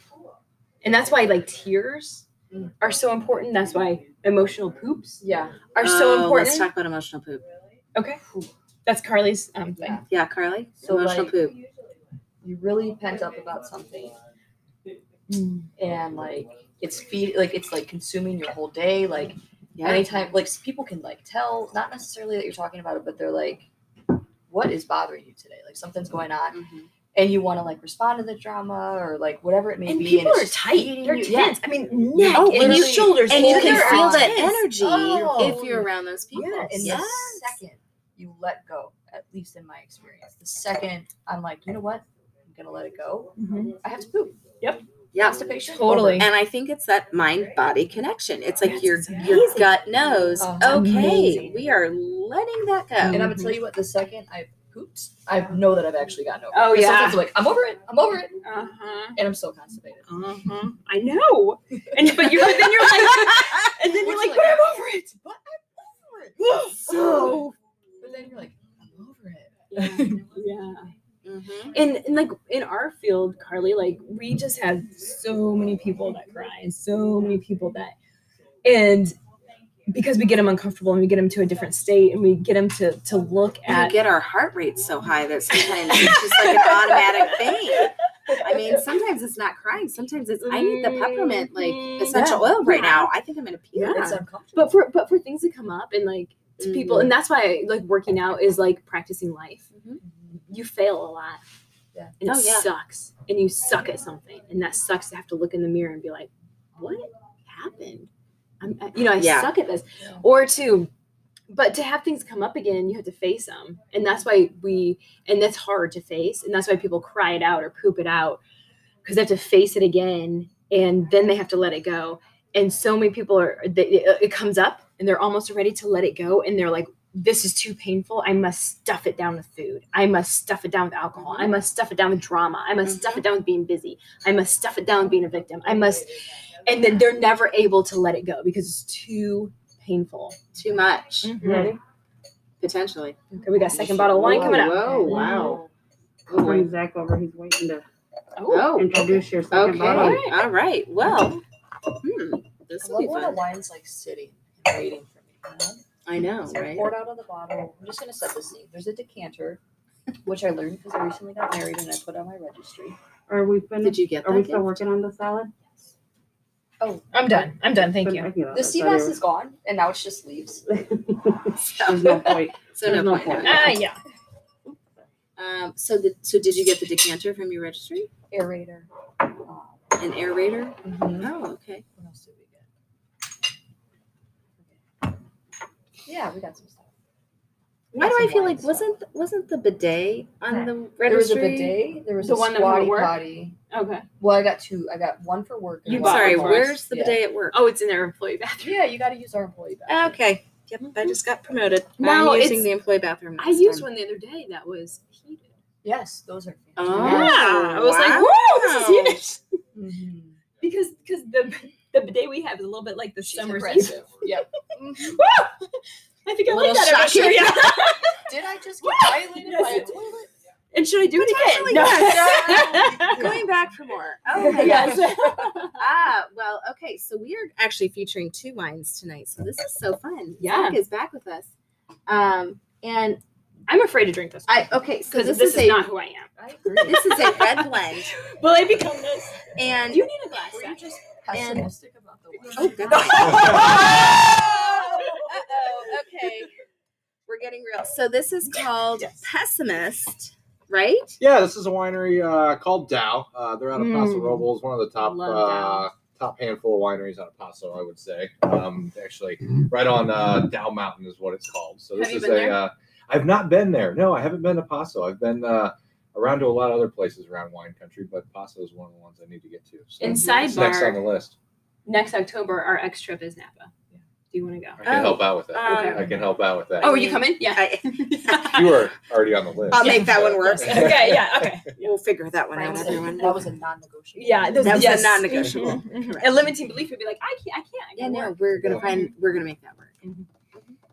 [SPEAKER 4] And that's why like tears
[SPEAKER 1] Mm.
[SPEAKER 4] are so important. That's why emotional poops
[SPEAKER 5] Yeah.
[SPEAKER 4] are so
[SPEAKER 1] Oh, Let's
[SPEAKER 4] important.
[SPEAKER 1] talk about emotional poop.
[SPEAKER 4] okay. That's Carly's um, thing.
[SPEAKER 5] Yeah.
[SPEAKER 1] Yeah, Carly.
[SPEAKER 5] So,
[SPEAKER 1] emotional
[SPEAKER 5] like-
[SPEAKER 1] poop.
[SPEAKER 5] You really pent up about something,
[SPEAKER 4] Mm.
[SPEAKER 5] and like it's feed, like it's like consuming your whole day. Like
[SPEAKER 1] Yeah.
[SPEAKER 5] anytime, like s- people can like tell, not necessarily that you're talking about it, but they're like, "What is bothering you today? Like something's going on."
[SPEAKER 4] Mm-hmm.
[SPEAKER 1] Mhm.
[SPEAKER 5] and you want to like respond to the drama or like whatever it may
[SPEAKER 4] And
[SPEAKER 5] be.
[SPEAKER 4] people
[SPEAKER 5] and
[SPEAKER 4] are
[SPEAKER 5] it's
[SPEAKER 4] tight.
[SPEAKER 5] eating
[SPEAKER 4] They're
[SPEAKER 5] you-
[SPEAKER 4] tense.
[SPEAKER 5] yeah.
[SPEAKER 4] I mean, neck
[SPEAKER 1] Oh,
[SPEAKER 4] and
[SPEAKER 1] and you-
[SPEAKER 4] shoulders.
[SPEAKER 1] And you
[SPEAKER 5] all
[SPEAKER 1] can
[SPEAKER 5] their
[SPEAKER 1] feel that
[SPEAKER 5] eyes.
[SPEAKER 1] energy
[SPEAKER 5] Oh.
[SPEAKER 1] if you're around those people.
[SPEAKER 5] Yeah, in
[SPEAKER 1] yes.
[SPEAKER 5] the second you let go, at least in my experience, the second I'm like, you know what, I'm gonna let it go.
[SPEAKER 4] Mhm.
[SPEAKER 5] I have to poop.
[SPEAKER 1] Yeah.
[SPEAKER 5] Constipation.
[SPEAKER 4] Totally.
[SPEAKER 5] over.
[SPEAKER 1] And I think it's that mind body connection. It's like
[SPEAKER 4] That's
[SPEAKER 1] your your
[SPEAKER 4] amazing.
[SPEAKER 1] gut knows,
[SPEAKER 5] Uh-huh.
[SPEAKER 1] okay,
[SPEAKER 5] Amazing.
[SPEAKER 1] we are letting that go.
[SPEAKER 5] And I'm gonna
[SPEAKER 4] Mm-hmm.
[SPEAKER 5] tell you what, the second I pooped, I know that I've actually gotten over. it.
[SPEAKER 4] Oh,
[SPEAKER 5] 'Cause
[SPEAKER 4] yeah.
[SPEAKER 5] Sometimes I'm like, I'm over it. I'm over it,
[SPEAKER 4] Uh-huh.
[SPEAKER 5] and I'm still constipated.
[SPEAKER 4] Uh-huh.
[SPEAKER 1] Mm-hmm.
[SPEAKER 4] I know. And but you're but then you're like [LAUGHS] and then you're
[SPEAKER 5] Which,
[SPEAKER 4] like,
[SPEAKER 5] like-
[SPEAKER 4] but I'm over it.
[SPEAKER 5] But I'm over it.
[SPEAKER 4] [GASPS] so
[SPEAKER 5] But then you're like, I'm over it.
[SPEAKER 4] yeah.
[SPEAKER 1] Mhm.
[SPEAKER 4] And, and like in our field, Carly, like we just have so many people that cry, and so many people that, and because we get them uncomfortable and we get them to a different state and we get them to to look
[SPEAKER 1] we
[SPEAKER 4] at
[SPEAKER 1] get our heart rate so high that sometimes it's just like an [LAUGHS] automatic thing. I mean, sometimes it's not crying. Sometimes it's I need the peppermint, like
[SPEAKER 4] Mhm.
[SPEAKER 1] essential oil right now. I think I'm gonna puke.
[SPEAKER 4] Yeah.
[SPEAKER 5] [LAUGHS] It's uncomfortable.
[SPEAKER 4] but for but for things that come up and like to people and that's why like working out is like practicing life you fail a lot
[SPEAKER 5] Yeah.
[SPEAKER 4] and it
[SPEAKER 1] Oh, yeah.
[SPEAKER 4] sucks and you suck at something and that sucks to have to look in the mirror and be like what happened i'm I- you know i
[SPEAKER 1] Yeah.
[SPEAKER 4] suck at this
[SPEAKER 5] Yeah.
[SPEAKER 4] or to but to have things come up again you have to face them and that's why we and that's hard to face and that's why people cry it out or poop it out because they have to face it again and then they have to let it go and so many people are they, it comes up and they're almost ready to let it go and they're like this is too painful i must stuff it down with food i must stuff it down with alcohol i must stuff it down with drama i must stuff it down with being busy i must stuff it down with being a victim i must and then they're never able to let it go because it's too painful
[SPEAKER 1] Too much,
[SPEAKER 4] Mm-hmm.
[SPEAKER 3] Ready?
[SPEAKER 1] potentially.
[SPEAKER 4] okay we got a second bottle of wine coming up
[SPEAKER 1] Whoa, wow. Oh,
[SPEAKER 6] Bring Zach over. He's waiting to
[SPEAKER 1] oh,
[SPEAKER 6] introduce your second
[SPEAKER 1] okay.
[SPEAKER 6] bottle.
[SPEAKER 1] All right. Well, hmm, this
[SPEAKER 5] I
[SPEAKER 1] will
[SPEAKER 5] love
[SPEAKER 1] be
[SPEAKER 5] when the
[SPEAKER 1] fun.
[SPEAKER 5] wine's like sitting and waiting for me. You know?
[SPEAKER 1] I know,
[SPEAKER 5] So I
[SPEAKER 1] right?
[SPEAKER 5] poured out of the bottle. I'm just gonna set the scene. There's a decanter, which I learned because I recently got married and I put on my registry.
[SPEAKER 6] Are we
[SPEAKER 1] Did
[SPEAKER 6] finished?
[SPEAKER 1] you get
[SPEAKER 6] Are we
[SPEAKER 1] that?
[SPEAKER 6] still working on the salad?
[SPEAKER 4] i'm done i'm done thank you
[SPEAKER 5] The sea bass is gone, and now it's just leaves.
[SPEAKER 1] gift?
[SPEAKER 6] [LAUGHS] There's
[SPEAKER 1] So,
[SPEAKER 6] no point.
[SPEAKER 1] so
[SPEAKER 6] there's
[SPEAKER 1] no
[SPEAKER 6] no
[SPEAKER 1] point.
[SPEAKER 6] point.
[SPEAKER 4] ah yeah
[SPEAKER 1] Um, so, the, so did you get the decanter from your registry?
[SPEAKER 5] Aerator. Uh,
[SPEAKER 1] An aerator?
[SPEAKER 5] mhm.
[SPEAKER 1] Oh, okay.
[SPEAKER 5] What else did we get? Yeah, we got some stuff. We
[SPEAKER 1] Why
[SPEAKER 5] got
[SPEAKER 1] do I
[SPEAKER 5] some
[SPEAKER 1] feel
[SPEAKER 5] wine
[SPEAKER 1] like
[SPEAKER 5] stuff.
[SPEAKER 1] wasn't wasn't the bidet on the registry?
[SPEAKER 5] there was a bidet? There was
[SPEAKER 4] The
[SPEAKER 5] a
[SPEAKER 4] one that we
[SPEAKER 5] squatty
[SPEAKER 4] work?
[SPEAKER 5] potty.
[SPEAKER 4] Okay.
[SPEAKER 5] Well, I got two. I got one for work. and
[SPEAKER 4] You
[SPEAKER 1] I'm
[SPEAKER 5] one
[SPEAKER 4] bought
[SPEAKER 1] sorry,
[SPEAKER 5] for
[SPEAKER 4] one.
[SPEAKER 5] us.
[SPEAKER 1] where's the
[SPEAKER 5] yeah.
[SPEAKER 1] bidet at work?
[SPEAKER 4] Oh, it's in their employee bathroom.
[SPEAKER 5] Yeah, you got to use our employee bathroom.
[SPEAKER 1] Okay. Yep, I just got promoted.
[SPEAKER 4] [LAUGHS] No,
[SPEAKER 1] I'm
[SPEAKER 4] Oh. it's-
[SPEAKER 1] using the employee bathroom.
[SPEAKER 4] I
[SPEAKER 1] next
[SPEAKER 4] used
[SPEAKER 1] time.
[SPEAKER 4] one the other day that was heated. Oh,
[SPEAKER 5] Yes, those are.
[SPEAKER 1] Oh,
[SPEAKER 4] yeah, I was like,
[SPEAKER 1] wow.
[SPEAKER 4] whoa, this is heated
[SPEAKER 5] Mm-hmm.
[SPEAKER 4] because because the the bidet we have is a little bit like the summer season.
[SPEAKER 5] [LAUGHS] Yep.
[SPEAKER 4] I think I
[SPEAKER 1] A
[SPEAKER 4] like
[SPEAKER 1] little
[SPEAKER 4] that. about you,
[SPEAKER 1] shocking.
[SPEAKER 4] yeah.
[SPEAKER 5] Did I just get
[SPEAKER 4] Wow.
[SPEAKER 5] violated
[SPEAKER 4] Yes,
[SPEAKER 5] by a
[SPEAKER 4] it-
[SPEAKER 5] toilet?
[SPEAKER 4] [LAUGHS] And should I do it
[SPEAKER 1] Potentially,
[SPEAKER 4] again?
[SPEAKER 1] yes. Going back for more. Oh
[SPEAKER 4] [LAUGHS]
[SPEAKER 1] my gosh.
[SPEAKER 4] yes.
[SPEAKER 1] Ah, well, okay. So we are actually featuring two wines tonight. So this is so fun.
[SPEAKER 4] Yeah.
[SPEAKER 1] Zach is back with us. Um, and
[SPEAKER 4] [LAUGHS] I'm afraid to drink this
[SPEAKER 1] I okay, so
[SPEAKER 4] because
[SPEAKER 1] this,
[SPEAKER 4] this, is,
[SPEAKER 1] a
[SPEAKER 4] not who I am.
[SPEAKER 5] [LAUGHS] I
[SPEAKER 1] [LAUGHS]
[SPEAKER 5] agree.
[SPEAKER 1] this is a red
[SPEAKER 4] [LAUGHS]
[SPEAKER 1] blend.
[SPEAKER 4] Will I become this?
[SPEAKER 1] And
[SPEAKER 4] You need a glass.
[SPEAKER 5] Were you
[SPEAKER 4] Zach.
[SPEAKER 5] just pessimistic about the
[SPEAKER 1] oh
[SPEAKER 5] weather?
[SPEAKER 1] god.
[SPEAKER 4] [LAUGHS]
[SPEAKER 1] [LAUGHS]
[SPEAKER 4] Oh!
[SPEAKER 1] Uh-oh, okay. [LAUGHS] We're getting real. So this is called
[SPEAKER 4] Yes.
[SPEAKER 1] Pessimist, right?
[SPEAKER 2] Yeah, this is a winery uh, called Dow. Uh, they're out
[SPEAKER 1] Hmm.
[SPEAKER 2] of Paso
[SPEAKER 4] Mm.
[SPEAKER 2] Robles, one of the top
[SPEAKER 4] Love
[SPEAKER 2] uh,
[SPEAKER 4] Dow.
[SPEAKER 2] top handful of wineries out of Paso, I would say. Um, actually, right on uh, Dow Mountain is what it's called. So this
[SPEAKER 1] Have you
[SPEAKER 2] is
[SPEAKER 1] been
[SPEAKER 2] a.
[SPEAKER 1] there?
[SPEAKER 2] Uh, I've not been there. No, I haven't been to Paso. I've been uh, around to a lot of other places around wine country, but Paso is one of the ones I need to get to. So
[SPEAKER 4] And
[SPEAKER 2] it's next on the
[SPEAKER 4] sidebar,
[SPEAKER 2] list.
[SPEAKER 4] next October, our X trip is Napa. Do you want to go?
[SPEAKER 2] I can
[SPEAKER 1] Oh,
[SPEAKER 2] help out with that.
[SPEAKER 1] um,
[SPEAKER 2] I can help out with that.
[SPEAKER 4] Oh, are you coming? Yeah.
[SPEAKER 1] I,
[SPEAKER 2] [LAUGHS]
[SPEAKER 4] [LAUGHS]
[SPEAKER 2] you were already on the list.
[SPEAKER 1] I'll make that one
[SPEAKER 2] [LAUGHS]
[SPEAKER 1] work.
[SPEAKER 4] okay. Yeah. Okay.
[SPEAKER 1] we'll figure that one out,
[SPEAKER 5] Frank
[SPEAKER 1] everyone.
[SPEAKER 5] said That was a non-negotiable.
[SPEAKER 4] Yeah. Those,
[SPEAKER 1] That was a
[SPEAKER 4] yes.
[SPEAKER 1] non-negotiable.
[SPEAKER 4] Mhm, mhm.
[SPEAKER 1] Correct.
[SPEAKER 4] A limiting belief would be like, I can't. I can't. I
[SPEAKER 1] yeah,
[SPEAKER 4] can't
[SPEAKER 1] no,
[SPEAKER 4] work.
[SPEAKER 1] we're gonna
[SPEAKER 2] Yeah.
[SPEAKER 1] find we're gonna make that work.
[SPEAKER 4] Mhm.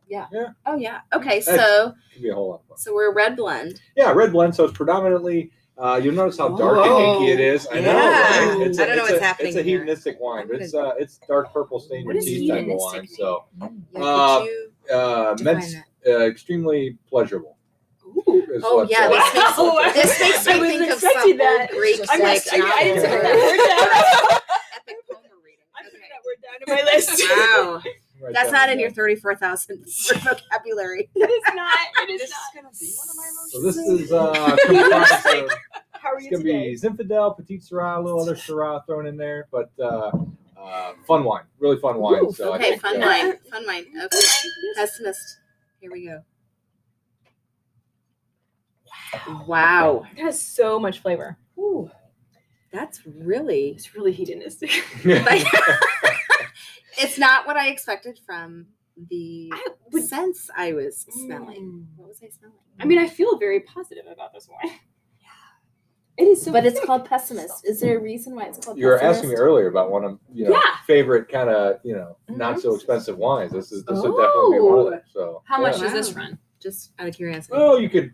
[SPEAKER 1] Yeah.
[SPEAKER 2] Yeah.
[SPEAKER 1] Oh yeah. Okay, so
[SPEAKER 2] Could be a whole lot of fun.
[SPEAKER 1] so we're a red blend.
[SPEAKER 2] Yeah, red blend. So it's predominantly. Uh, you'll notice how dark
[SPEAKER 1] Whoa.
[SPEAKER 2] and inky it is. I know.
[SPEAKER 1] Oh, Yeah.
[SPEAKER 2] Right? It's
[SPEAKER 1] I don't know
[SPEAKER 2] it's
[SPEAKER 1] what's
[SPEAKER 2] a,
[SPEAKER 1] happening
[SPEAKER 2] It's a
[SPEAKER 1] here.
[SPEAKER 2] hedonistic wine. It's uh, it's dark purple stained
[SPEAKER 4] What
[SPEAKER 2] with
[SPEAKER 4] does
[SPEAKER 2] yeast type of
[SPEAKER 4] hedonistic
[SPEAKER 2] wine. So
[SPEAKER 4] mean?
[SPEAKER 1] Yeah,
[SPEAKER 2] Uh,
[SPEAKER 1] could
[SPEAKER 2] [LAUGHS]
[SPEAKER 1] you
[SPEAKER 2] uh,
[SPEAKER 1] define
[SPEAKER 2] meant
[SPEAKER 1] that?
[SPEAKER 2] uh, extremely pleasurable.
[SPEAKER 4] Ooh.
[SPEAKER 2] is
[SPEAKER 1] Oh,
[SPEAKER 2] what,
[SPEAKER 1] yeah,
[SPEAKER 2] uh,
[SPEAKER 1] this makes-
[SPEAKER 2] [LAUGHS] what the-
[SPEAKER 1] This makes
[SPEAKER 4] I
[SPEAKER 1] me
[SPEAKER 4] wasn't
[SPEAKER 1] think of some
[SPEAKER 4] expecting
[SPEAKER 1] old
[SPEAKER 4] that.
[SPEAKER 1] Greek
[SPEAKER 5] Just
[SPEAKER 4] I'm
[SPEAKER 1] like
[SPEAKER 4] not. I, I didn't
[SPEAKER 1] novel
[SPEAKER 4] put
[SPEAKER 1] or
[SPEAKER 4] that [LAUGHS] word down.
[SPEAKER 1] epic poem we're reading.
[SPEAKER 4] I put
[SPEAKER 1] [LAUGHS] Okay.
[SPEAKER 4] that word down in my list. [LAUGHS]
[SPEAKER 1] Wow,
[SPEAKER 2] right
[SPEAKER 1] that's
[SPEAKER 2] down
[SPEAKER 1] not
[SPEAKER 2] the
[SPEAKER 1] in your
[SPEAKER 2] middle.
[SPEAKER 1] thirty-four thousand [LAUGHS]
[SPEAKER 4] [LAUGHS]
[SPEAKER 1] vocabulary.
[SPEAKER 4] It is not. It
[SPEAKER 5] This
[SPEAKER 4] is
[SPEAKER 5] is
[SPEAKER 4] not.
[SPEAKER 5] gonna be one of my most.
[SPEAKER 2] So this
[SPEAKER 1] [LAUGHS]
[SPEAKER 2] is uh, comprised of-
[SPEAKER 4] How are
[SPEAKER 2] it's
[SPEAKER 4] you
[SPEAKER 2] gonna
[SPEAKER 4] today?
[SPEAKER 2] be Zinfandel, Petit Syrah, a little other Syrah thrown in there, but uh, uh, fun wine, really fun wine.
[SPEAKER 4] Ooh,
[SPEAKER 2] so I
[SPEAKER 1] okay, [LAUGHS]
[SPEAKER 2] think,
[SPEAKER 1] fun
[SPEAKER 2] uh, [LAUGHS]
[SPEAKER 1] wine, fun wine. Okay, pessimist. Here we go. Wow,
[SPEAKER 4] It has so much flavor.
[SPEAKER 1] Ooh, that's really
[SPEAKER 4] It's really hedonistic.
[SPEAKER 1] Like, [LAUGHS] it's not what I expected from the
[SPEAKER 4] I would Mm.
[SPEAKER 1] sense I was smelling. What was I smelling?
[SPEAKER 4] [LAUGHS] I mean, I feel very positive about this wine. It is so.
[SPEAKER 1] but it's
[SPEAKER 4] thick.
[SPEAKER 1] called pessimist. Is there a reason why it's called?
[SPEAKER 2] you were
[SPEAKER 1] pessimist?
[SPEAKER 2] asking me earlier about one of you know
[SPEAKER 4] Yeah.
[SPEAKER 2] favorite kind of you know
[SPEAKER 4] Mhm.
[SPEAKER 2] not so expensive wines. This is this would definitely be one of them. So
[SPEAKER 4] Oh. How much
[SPEAKER 2] yeah.
[SPEAKER 4] does this run?
[SPEAKER 1] Just out of curiosity.
[SPEAKER 2] Oh, you could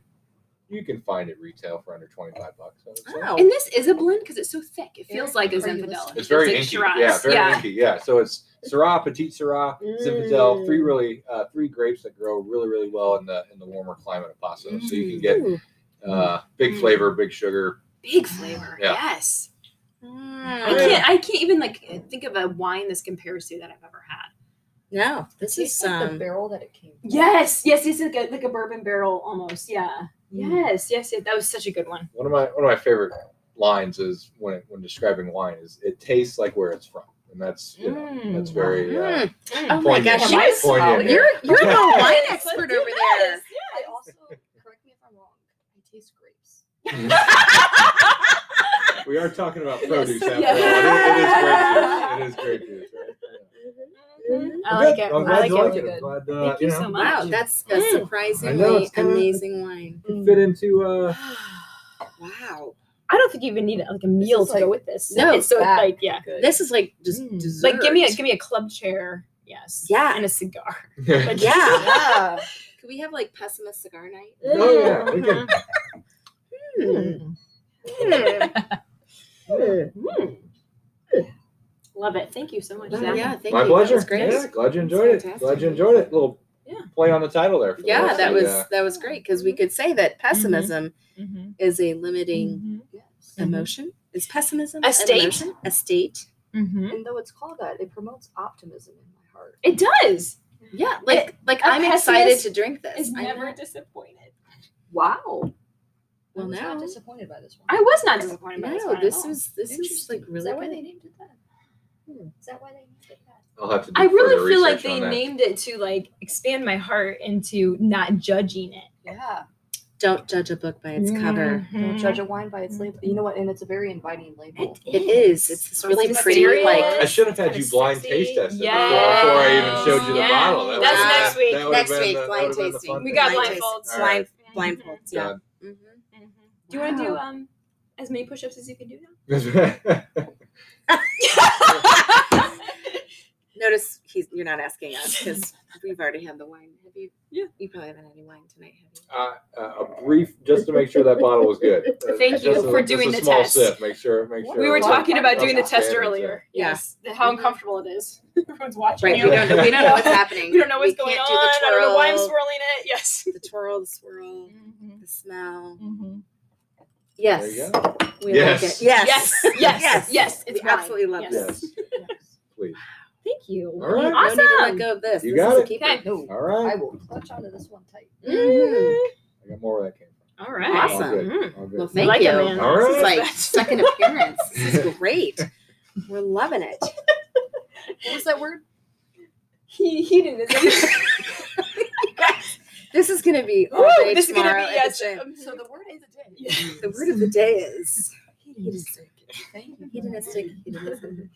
[SPEAKER 2] you can find it retail for under twenty five bucks. I would say.
[SPEAKER 1] Oh.
[SPEAKER 4] And this is a blend because it's so thick. It feels
[SPEAKER 5] Eric,
[SPEAKER 4] like a
[SPEAKER 5] are you
[SPEAKER 4] Zinfandel.
[SPEAKER 5] listening?
[SPEAKER 2] It's very
[SPEAKER 4] like
[SPEAKER 2] inky.
[SPEAKER 4] Shiraz.
[SPEAKER 2] Yeah, very
[SPEAKER 4] yeah.
[SPEAKER 2] inky. Yeah. So it's Syrah, Petit Syrah, Zinfandel,
[SPEAKER 4] Mm.
[SPEAKER 2] three really uh, three grapes that grow really really well in the in the warmer climate of Paso. So you can get
[SPEAKER 1] Ooh.
[SPEAKER 2] uh, big
[SPEAKER 4] Mm.
[SPEAKER 2] flavor, big sugar.
[SPEAKER 4] Big flavor.
[SPEAKER 2] Yeah.
[SPEAKER 4] Yes. I
[SPEAKER 1] Mm.
[SPEAKER 4] can't. I can't even like think of a wine this compares to that I've ever had.
[SPEAKER 1] No, this is
[SPEAKER 5] Tastes like the
[SPEAKER 1] um.
[SPEAKER 5] barrel that it came. from.
[SPEAKER 4] Yes. Yes. It's like a, like a bourbon barrel almost. Yeah.
[SPEAKER 1] Mm.
[SPEAKER 4] Yes. Yes. yes. That was such a good one.
[SPEAKER 2] One of my one of my favorite lines is when when describing wine is it tastes like where it's from, and that's you know that's very. Uh,
[SPEAKER 1] Mm.
[SPEAKER 4] Mm.
[SPEAKER 1] Oh my
[SPEAKER 2] Poignant.
[SPEAKER 1] gosh, you guys-
[SPEAKER 2] Poignant, yeah.
[SPEAKER 4] [LAUGHS]
[SPEAKER 1] you're you're the
[SPEAKER 2] Yes,
[SPEAKER 1] wine
[SPEAKER 4] let's
[SPEAKER 1] expert
[SPEAKER 4] do
[SPEAKER 1] over there.
[SPEAKER 4] this.
[SPEAKER 5] I also correct me if I'm wrong. I taste grapes.
[SPEAKER 2] we are talking about produce after
[SPEAKER 4] Yes.
[SPEAKER 2] all. It is, it is grape juice. It is grape juice. Right?
[SPEAKER 4] I like it.
[SPEAKER 2] I'm
[SPEAKER 4] I
[SPEAKER 2] glad
[SPEAKER 4] like
[SPEAKER 2] you
[SPEAKER 4] it.
[SPEAKER 2] like
[SPEAKER 5] Really
[SPEAKER 2] it. I'm Glad, uh,
[SPEAKER 4] Thank you
[SPEAKER 2] know,
[SPEAKER 4] so much.
[SPEAKER 1] Wow, that's a
[SPEAKER 4] Mm.
[SPEAKER 1] surprisingly
[SPEAKER 2] it's kinda-
[SPEAKER 1] amazing wine.
[SPEAKER 2] could fit into uh,
[SPEAKER 1] wow.
[SPEAKER 4] I don't think you even need like a meal
[SPEAKER 5] is
[SPEAKER 4] to
[SPEAKER 5] like-
[SPEAKER 4] go with this.
[SPEAKER 1] No,
[SPEAKER 4] it's so
[SPEAKER 5] that
[SPEAKER 4] like yeah.
[SPEAKER 5] Good.
[SPEAKER 1] This is like just
[SPEAKER 4] [LAUGHS] Mm.
[SPEAKER 1] dessert.
[SPEAKER 4] Like give me a give me a club chair. Yes.
[SPEAKER 1] Yeah.
[SPEAKER 4] And a cigar.
[SPEAKER 2] yeah.
[SPEAKER 4] Like,
[SPEAKER 1] Yeah.
[SPEAKER 5] yeah.
[SPEAKER 1] Could we have like pessimist cigar night?
[SPEAKER 2] [LAUGHS] Oh yeah,
[SPEAKER 4] Mm-hmm.
[SPEAKER 2] we can.
[SPEAKER 4] Mm. Mm. Love it. Thank you so much, Zach.
[SPEAKER 1] Oh, yeah, thank
[SPEAKER 2] My
[SPEAKER 1] you.
[SPEAKER 2] pleasure.
[SPEAKER 1] That was great.
[SPEAKER 2] Yeah, glad you
[SPEAKER 1] That's
[SPEAKER 2] enjoyed it.
[SPEAKER 1] fantastic.
[SPEAKER 2] Glad you enjoyed it. Little
[SPEAKER 4] Yeah.
[SPEAKER 2] play on the title there. For the
[SPEAKER 1] Yeah,
[SPEAKER 2] rest
[SPEAKER 1] that
[SPEAKER 2] of
[SPEAKER 1] was
[SPEAKER 2] the, uh,
[SPEAKER 1] that was great because
[SPEAKER 4] Mm-hmm.
[SPEAKER 1] we could say that pessimism is a limiting
[SPEAKER 5] Yes.
[SPEAKER 1] emotion. Is pessimism
[SPEAKER 4] A
[SPEAKER 1] an
[SPEAKER 4] state?
[SPEAKER 1] emotion? A state? Mm-hmm.
[SPEAKER 5] And though it's called that, it promotes optimism in my heart.
[SPEAKER 4] It does.
[SPEAKER 1] Yeah, like like
[SPEAKER 4] a
[SPEAKER 1] I'm excited
[SPEAKER 4] pessimist
[SPEAKER 1] to drink this.
[SPEAKER 4] It's
[SPEAKER 1] I'm
[SPEAKER 4] never
[SPEAKER 1] not-
[SPEAKER 4] disappointed.
[SPEAKER 5] Wow.
[SPEAKER 1] Well,
[SPEAKER 5] I was
[SPEAKER 1] now-
[SPEAKER 5] not disappointed by this one.
[SPEAKER 4] I was not disappointed by this.
[SPEAKER 1] No,
[SPEAKER 4] one at
[SPEAKER 1] this
[SPEAKER 4] all.
[SPEAKER 1] is this is like
[SPEAKER 5] Is
[SPEAKER 1] really
[SPEAKER 5] that why they
[SPEAKER 1] good.
[SPEAKER 5] named it that? Is that why they named it that?
[SPEAKER 2] I'll have to. Do
[SPEAKER 4] I
[SPEAKER 2] further
[SPEAKER 4] really feel like
[SPEAKER 2] research
[SPEAKER 4] they
[SPEAKER 2] on that.
[SPEAKER 4] named it to like expand my heart into not judging it.
[SPEAKER 5] Yeah.
[SPEAKER 1] Don't judge a book by its
[SPEAKER 4] Mm.
[SPEAKER 1] cover.
[SPEAKER 4] Mm-hmm.
[SPEAKER 5] Don't judge a wine by its label. You know what? And it's a very inviting label.
[SPEAKER 1] Mm-hmm. It is. It's this
[SPEAKER 5] So it's
[SPEAKER 1] really
[SPEAKER 5] like
[SPEAKER 1] pretty,
[SPEAKER 5] cereal.
[SPEAKER 1] like
[SPEAKER 2] I should have had
[SPEAKER 5] Kinda
[SPEAKER 2] you blind
[SPEAKER 5] sexy.
[SPEAKER 2] taste test it
[SPEAKER 4] Yes.
[SPEAKER 2] before I even showed you the
[SPEAKER 4] Yes.
[SPEAKER 2] bottle. That
[SPEAKER 1] That's
[SPEAKER 2] would've been-
[SPEAKER 4] next week.
[SPEAKER 2] that would've
[SPEAKER 1] Next
[SPEAKER 2] been
[SPEAKER 1] week,
[SPEAKER 2] the- that
[SPEAKER 1] blind
[SPEAKER 2] would've been the
[SPEAKER 1] tasting.
[SPEAKER 2] fun
[SPEAKER 4] We
[SPEAKER 2] thing.
[SPEAKER 4] got
[SPEAKER 1] Blind
[SPEAKER 4] blindfolds.
[SPEAKER 1] taste.
[SPEAKER 2] Alright.
[SPEAKER 1] Blind-
[SPEAKER 2] Mm-hmm.
[SPEAKER 1] blindfolds. Yeah.
[SPEAKER 2] Done.
[SPEAKER 1] Mhm.
[SPEAKER 4] Mm-hmm. Do you want to do
[SPEAKER 1] Wow.
[SPEAKER 4] um as many push-ups as you can do now?
[SPEAKER 1] Notice he's you're not asking us
[SPEAKER 2] [LAUGHS]
[SPEAKER 1] because we've already had the wine. Have you?
[SPEAKER 4] Yeah.
[SPEAKER 1] You probably haven't had any wine tonight, have you?
[SPEAKER 2] Uh, [LAUGHS] uh, a brief, just to make sure that bottle was good. Uh,
[SPEAKER 4] [LAUGHS] Thank you
[SPEAKER 2] just a-
[SPEAKER 4] for
[SPEAKER 2] just
[SPEAKER 4] doing
[SPEAKER 2] a
[SPEAKER 4] the
[SPEAKER 2] small
[SPEAKER 4] test.
[SPEAKER 2] Sip. Make sure, make sure.
[SPEAKER 4] We were
[SPEAKER 2] it's-
[SPEAKER 4] talking about doing the
[SPEAKER 2] That's
[SPEAKER 4] test
[SPEAKER 2] standards,
[SPEAKER 4] earlier.
[SPEAKER 1] yeah.
[SPEAKER 4] Yes. How uncomfortable it is. [LAUGHS] Everyone's watching
[SPEAKER 1] Right.
[SPEAKER 4] you.
[SPEAKER 1] We don't know. We don't know [LAUGHS]
[SPEAKER 4] [LAUGHS]
[SPEAKER 1] what's happening.
[SPEAKER 4] We don't know what's going
[SPEAKER 1] can't
[SPEAKER 4] on.
[SPEAKER 1] do the
[SPEAKER 4] I don't know why I'm
[SPEAKER 1] twirl.
[SPEAKER 4] swirling it. Yes.
[SPEAKER 1] the twirl, the swirl, the smell.
[SPEAKER 2] There
[SPEAKER 1] Yes.
[SPEAKER 2] you go.
[SPEAKER 1] We
[SPEAKER 2] Yes.
[SPEAKER 1] like it. Yes. [LAUGHS]
[SPEAKER 4] Yes. Yes. Yes.
[SPEAKER 1] Yes.
[SPEAKER 4] It's
[SPEAKER 1] we
[SPEAKER 4] mine.
[SPEAKER 1] absolutely love this.
[SPEAKER 2] Yes, please.
[SPEAKER 4] Thank you.
[SPEAKER 2] All right.
[SPEAKER 1] No need to let
[SPEAKER 4] Awesome.
[SPEAKER 1] go of this.
[SPEAKER 2] You
[SPEAKER 1] this
[SPEAKER 2] got
[SPEAKER 1] is
[SPEAKER 2] it.
[SPEAKER 1] A keeper.
[SPEAKER 4] Okay.
[SPEAKER 5] No,
[SPEAKER 2] All
[SPEAKER 5] I
[SPEAKER 2] right.
[SPEAKER 5] will clutch onto this one tight.
[SPEAKER 1] Mm.
[SPEAKER 2] I got more where that came
[SPEAKER 4] All
[SPEAKER 2] from.
[SPEAKER 4] right.
[SPEAKER 1] Awesome. Mm-hmm.
[SPEAKER 2] All good.
[SPEAKER 4] Mm.
[SPEAKER 2] All good.
[SPEAKER 1] Well, thank
[SPEAKER 4] Like it,
[SPEAKER 1] you.
[SPEAKER 4] man.
[SPEAKER 2] All
[SPEAKER 1] This is
[SPEAKER 2] right.
[SPEAKER 1] like second appearance. This
[SPEAKER 2] [LAUGHS]
[SPEAKER 1] is great. We're loving it.
[SPEAKER 5] What was
[SPEAKER 1] [LAUGHS]
[SPEAKER 5] that word?
[SPEAKER 4] He he didn't.
[SPEAKER 1] This is gonna be all
[SPEAKER 4] Woo,
[SPEAKER 1] day
[SPEAKER 4] this is gonna
[SPEAKER 1] tomorrow
[SPEAKER 4] be
[SPEAKER 1] at the
[SPEAKER 4] yes.
[SPEAKER 1] gym.
[SPEAKER 4] Um,
[SPEAKER 5] So the word is a day.
[SPEAKER 4] yeah.
[SPEAKER 1] The word of the day is
[SPEAKER 5] Hedonistic. Thank you.
[SPEAKER 1] hedonistic. hedonism.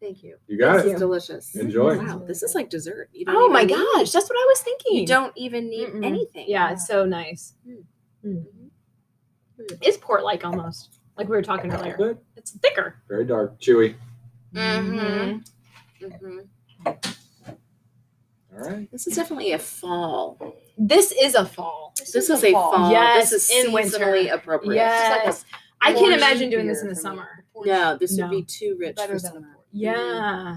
[SPEAKER 1] Thank you.
[SPEAKER 2] You got
[SPEAKER 1] This
[SPEAKER 2] it.
[SPEAKER 1] is delicious. Oh,
[SPEAKER 2] Enjoy.
[SPEAKER 1] Wow, this is like dessert. You
[SPEAKER 4] [LAUGHS]
[SPEAKER 1] don't
[SPEAKER 4] [LAUGHS] Oh my
[SPEAKER 1] even need-
[SPEAKER 4] gosh, that's what I was thinking.
[SPEAKER 1] You don't even need
[SPEAKER 4] Mm-mm.
[SPEAKER 1] anything.
[SPEAKER 4] Yeah, it's so nice.
[SPEAKER 1] Mm.
[SPEAKER 4] Mm. It's port like almost, like we were talking earlier.
[SPEAKER 2] Good.
[SPEAKER 4] It's thicker.
[SPEAKER 2] Very dark, chewy.
[SPEAKER 1] Mhm.
[SPEAKER 4] Mm-hmm.
[SPEAKER 1] Mhm.
[SPEAKER 2] All right.
[SPEAKER 1] This is definitely a fall.
[SPEAKER 4] This is a fall.
[SPEAKER 1] This is a fall.
[SPEAKER 4] Yes,
[SPEAKER 1] this is
[SPEAKER 4] in winter.
[SPEAKER 1] seasonally appropriate.
[SPEAKER 4] Yes. I can't
[SPEAKER 5] Orange
[SPEAKER 4] imagine doing this
[SPEAKER 5] beer
[SPEAKER 4] in the
[SPEAKER 5] for me.
[SPEAKER 4] summer.
[SPEAKER 5] Porch
[SPEAKER 1] No, this
[SPEAKER 4] No.
[SPEAKER 1] would be too rich
[SPEAKER 5] better
[SPEAKER 1] for
[SPEAKER 5] than a
[SPEAKER 1] summer.
[SPEAKER 5] porch.
[SPEAKER 4] Yeah.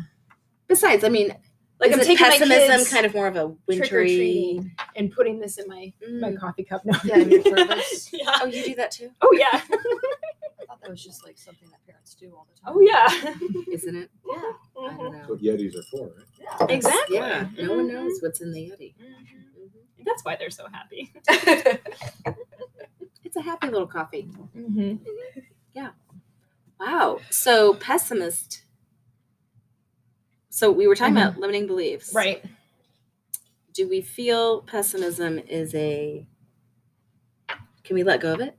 [SPEAKER 1] Besides, I mean,
[SPEAKER 4] Like
[SPEAKER 1] is
[SPEAKER 4] I'm
[SPEAKER 1] it
[SPEAKER 4] taking
[SPEAKER 1] pessimism
[SPEAKER 4] my kids
[SPEAKER 1] kind of more of a
[SPEAKER 4] trick or
[SPEAKER 1] wintry.
[SPEAKER 4] treating and putting this in my, my
[SPEAKER 1] Mm.
[SPEAKER 4] coffee cup. No. [LAUGHS]
[SPEAKER 5] Yeah, in your service.
[SPEAKER 4] yeah.
[SPEAKER 1] Oh, you do that
[SPEAKER 4] [LAUGHS]
[SPEAKER 1] too,
[SPEAKER 4] Oh yeah.
[SPEAKER 5] I thought that was just like something that parents do all the time.
[SPEAKER 4] Oh yeah.
[SPEAKER 1] isn't it?
[SPEAKER 5] Yeah.
[SPEAKER 1] I don't
[SPEAKER 2] That's
[SPEAKER 1] know.
[SPEAKER 2] what Yetis are for, right?
[SPEAKER 5] Yeah.
[SPEAKER 4] Exactly.
[SPEAKER 1] Yeah, no one
[SPEAKER 4] Mhm.
[SPEAKER 1] knows what's in the Yeti.
[SPEAKER 4] Mhm. That's why they're so [LAUGHS] happy.
[SPEAKER 1] It's a happy little coffee.
[SPEAKER 4] Mm-hmm.
[SPEAKER 1] Wow. So pessimist. So we were talking about limiting beliefs.
[SPEAKER 4] Mm-hmm. Right.
[SPEAKER 1] Do we feel pessimism is a can we let go of it?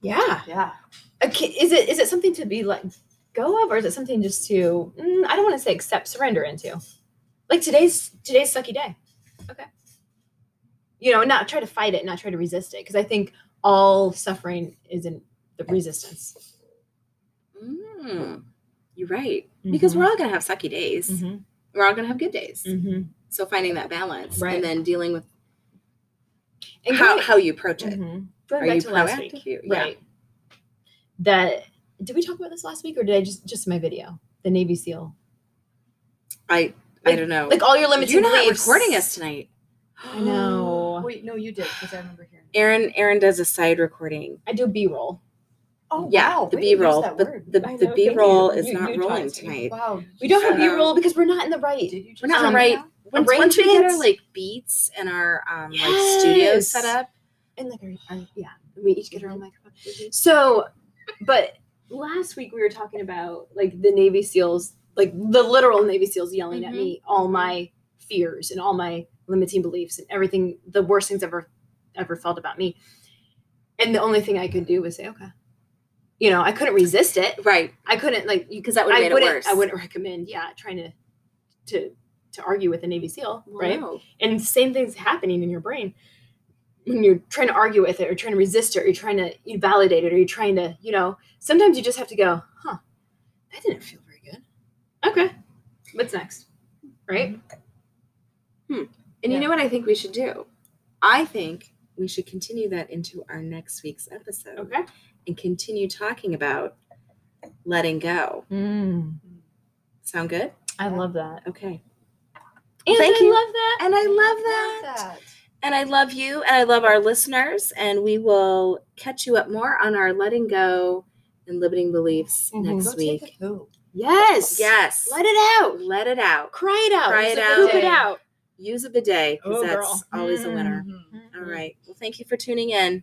[SPEAKER 4] Yeah.
[SPEAKER 5] Yeah.
[SPEAKER 4] Okay, is it is it something to be let go of, or is it something just to mm, I don't want to say accept, surrender into? Like today's today's sucky day. Okay. You know, not try to fight it, not try to resist it, because I think all suffering is in the resistance.
[SPEAKER 1] Mm, you're right. Because
[SPEAKER 4] Mm-hmm.
[SPEAKER 1] we're all gonna have sucky days. We're all gonna have good days. So finding that balance
[SPEAKER 4] Right.
[SPEAKER 1] and then dealing with
[SPEAKER 4] And
[SPEAKER 1] how,
[SPEAKER 4] going-
[SPEAKER 1] how you approach it.
[SPEAKER 4] mhm. going
[SPEAKER 1] Are
[SPEAKER 4] back
[SPEAKER 1] you
[SPEAKER 4] to last week,
[SPEAKER 1] proactive here? Yeah.
[SPEAKER 4] right? That did we talk about this last week, or did I just just in my video the Navy SEAL?
[SPEAKER 1] I I don't know.
[SPEAKER 4] Like all your limiting
[SPEAKER 1] You're not
[SPEAKER 4] beliefs.
[SPEAKER 1] recording us tonight. [GASPS]
[SPEAKER 4] I know.
[SPEAKER 5] Wait, no, you did because I remember hearing. it.
[SPEAKER 1] Aaron Aaron does a side recording.
[SPEAKER 4] I do B roll.
[SPEAKER 5] Oh
[SPEAKER 1] yeah,
[SPEAKER 5] wow,
[SPEAKER 1] the
[SPEAKER 5] we didn't use
[SPEAKER 1] B-roll,
[SPEAKER 5] that
[SPEAKER 1] but
[SPEAKER 5] word.
[SPEAKER 1] the, the
[SPEAKER 4] I know, thank you.
[SPEAKER 1] B-roll is
[SPEAKER 4] You-
[SPEAKER 1] not
[SPEAKER 4] you taught
[SPEAKER 1] rolling
[SPEAKER 4] it to me.
[SPEAKER 1] tonight. Um,
[SPEAKER 5] Wow,
[SPEAKER 4] We don't have
[SPEAKER 1] So-
[SPEAKER 4] B roll because we're not in the right.
[SPEAKER 5] Did you just
[SPEAKER 1] We're not
[SPEAKER 5] say
[SPEAKER 1] in the right.
[SPEAKER 5] that?
[SPEAKER 1] Once, once we get our
[SPEAKER 4] Arrangements?
[SPEAKER 1] like beats and our um, like studio
[SPEAKER 4] Yes.
[SPEAKER 1] set up,
[SPEAKER 4] and like our, our uh, yeah, we each get our own microphone. So, but last week we were talking about like the Navy SEALs, like the literal Navy SEALs yelling
[SPEAKER 1] Mm-hmm.
[SPEAKER 4] at me all my fears and all my limiting beliefs and everything, the worst things ever ever felt about me. And the only thing I could do was say, okay, you know, I couldn't resist it.
[SPEAKER 1] right?
[SPEAKER 4] I couldn't like you
[SPEAKER 1] Because that would have
[SPEAKER 4] I
[SPEAKER 1] made
[SPEAKER 4] wouldn't.
[SPEAKER 1] it worse.
[SPEAKER 4] I wouldn't recommend. Yeah, trying to to to argue with a Navy SEAL,
[SPEAKER 1] Well,
[SPEAKER 4] right?
[SPEAKER 1] no.
[SPEAKER 4] and same thing's happening in your brain when you're trying to argue with it or trying to resist it or you're trying to invalidate it or you're trying to you know sometimes you just have to go huh that didn't feel very good okay what's next right
[SPEAKER 1] And you
[SPEAKER 5] Yeah.
[SPEAKER 1] know what I think we should do? I think we should continue that into our next week's episode
[SPEAKER 4] okay
[SPEAKER 1] and continue talking about letting go. Sound good?
[SPEAKER 4] Mm, i love that
[SPEAKER 1] Okay.
[SPEAKER 4] and
[SPEAKER 1] Thank
[SPEAKER 4] i
[SPEAKER 1] you.
[SPEAKER 4] love that
[SPEAKER 1] And I love
[SPEAKER 5] I
[SPEAKER 1] that.
[SPEAKER 5] love that.
[SPEAKER 1] And I love you and I love our listeners. And we will catch you up more on our letting go and limiting beliefs
[SPEAKER 4] Mhm.
[SPEAKER 5] Mm-hmm. Go
[SPEAKER 1] next
[SPEAKER 5] take
[SPEAKER 1] week.
[SPEAKER 5] a poo.
[SPEAKER 4] yes
[SPEAKER 1] Yes.
[SPEAKER 4] let it out
[SPEAKER 1] Let it out.
[SPEAKER 4] cry it out
[SPEAKER 1] Cry it
[SPEAKER 4] Poop
[SPEAKER 5] out.
[SPEAKER 4] it out
[SPEAKER 1] Use a bidet because
[SPEAKER 4] Oh,
[SPEAKER 1] that's
[SPEAKER 4] girl. Mm-hmm.
[SPEAKER 1] always a winner.
[SPEAKER 5] Mhm.
[SPEAKER 1] All right. Well, thank you for tuning in.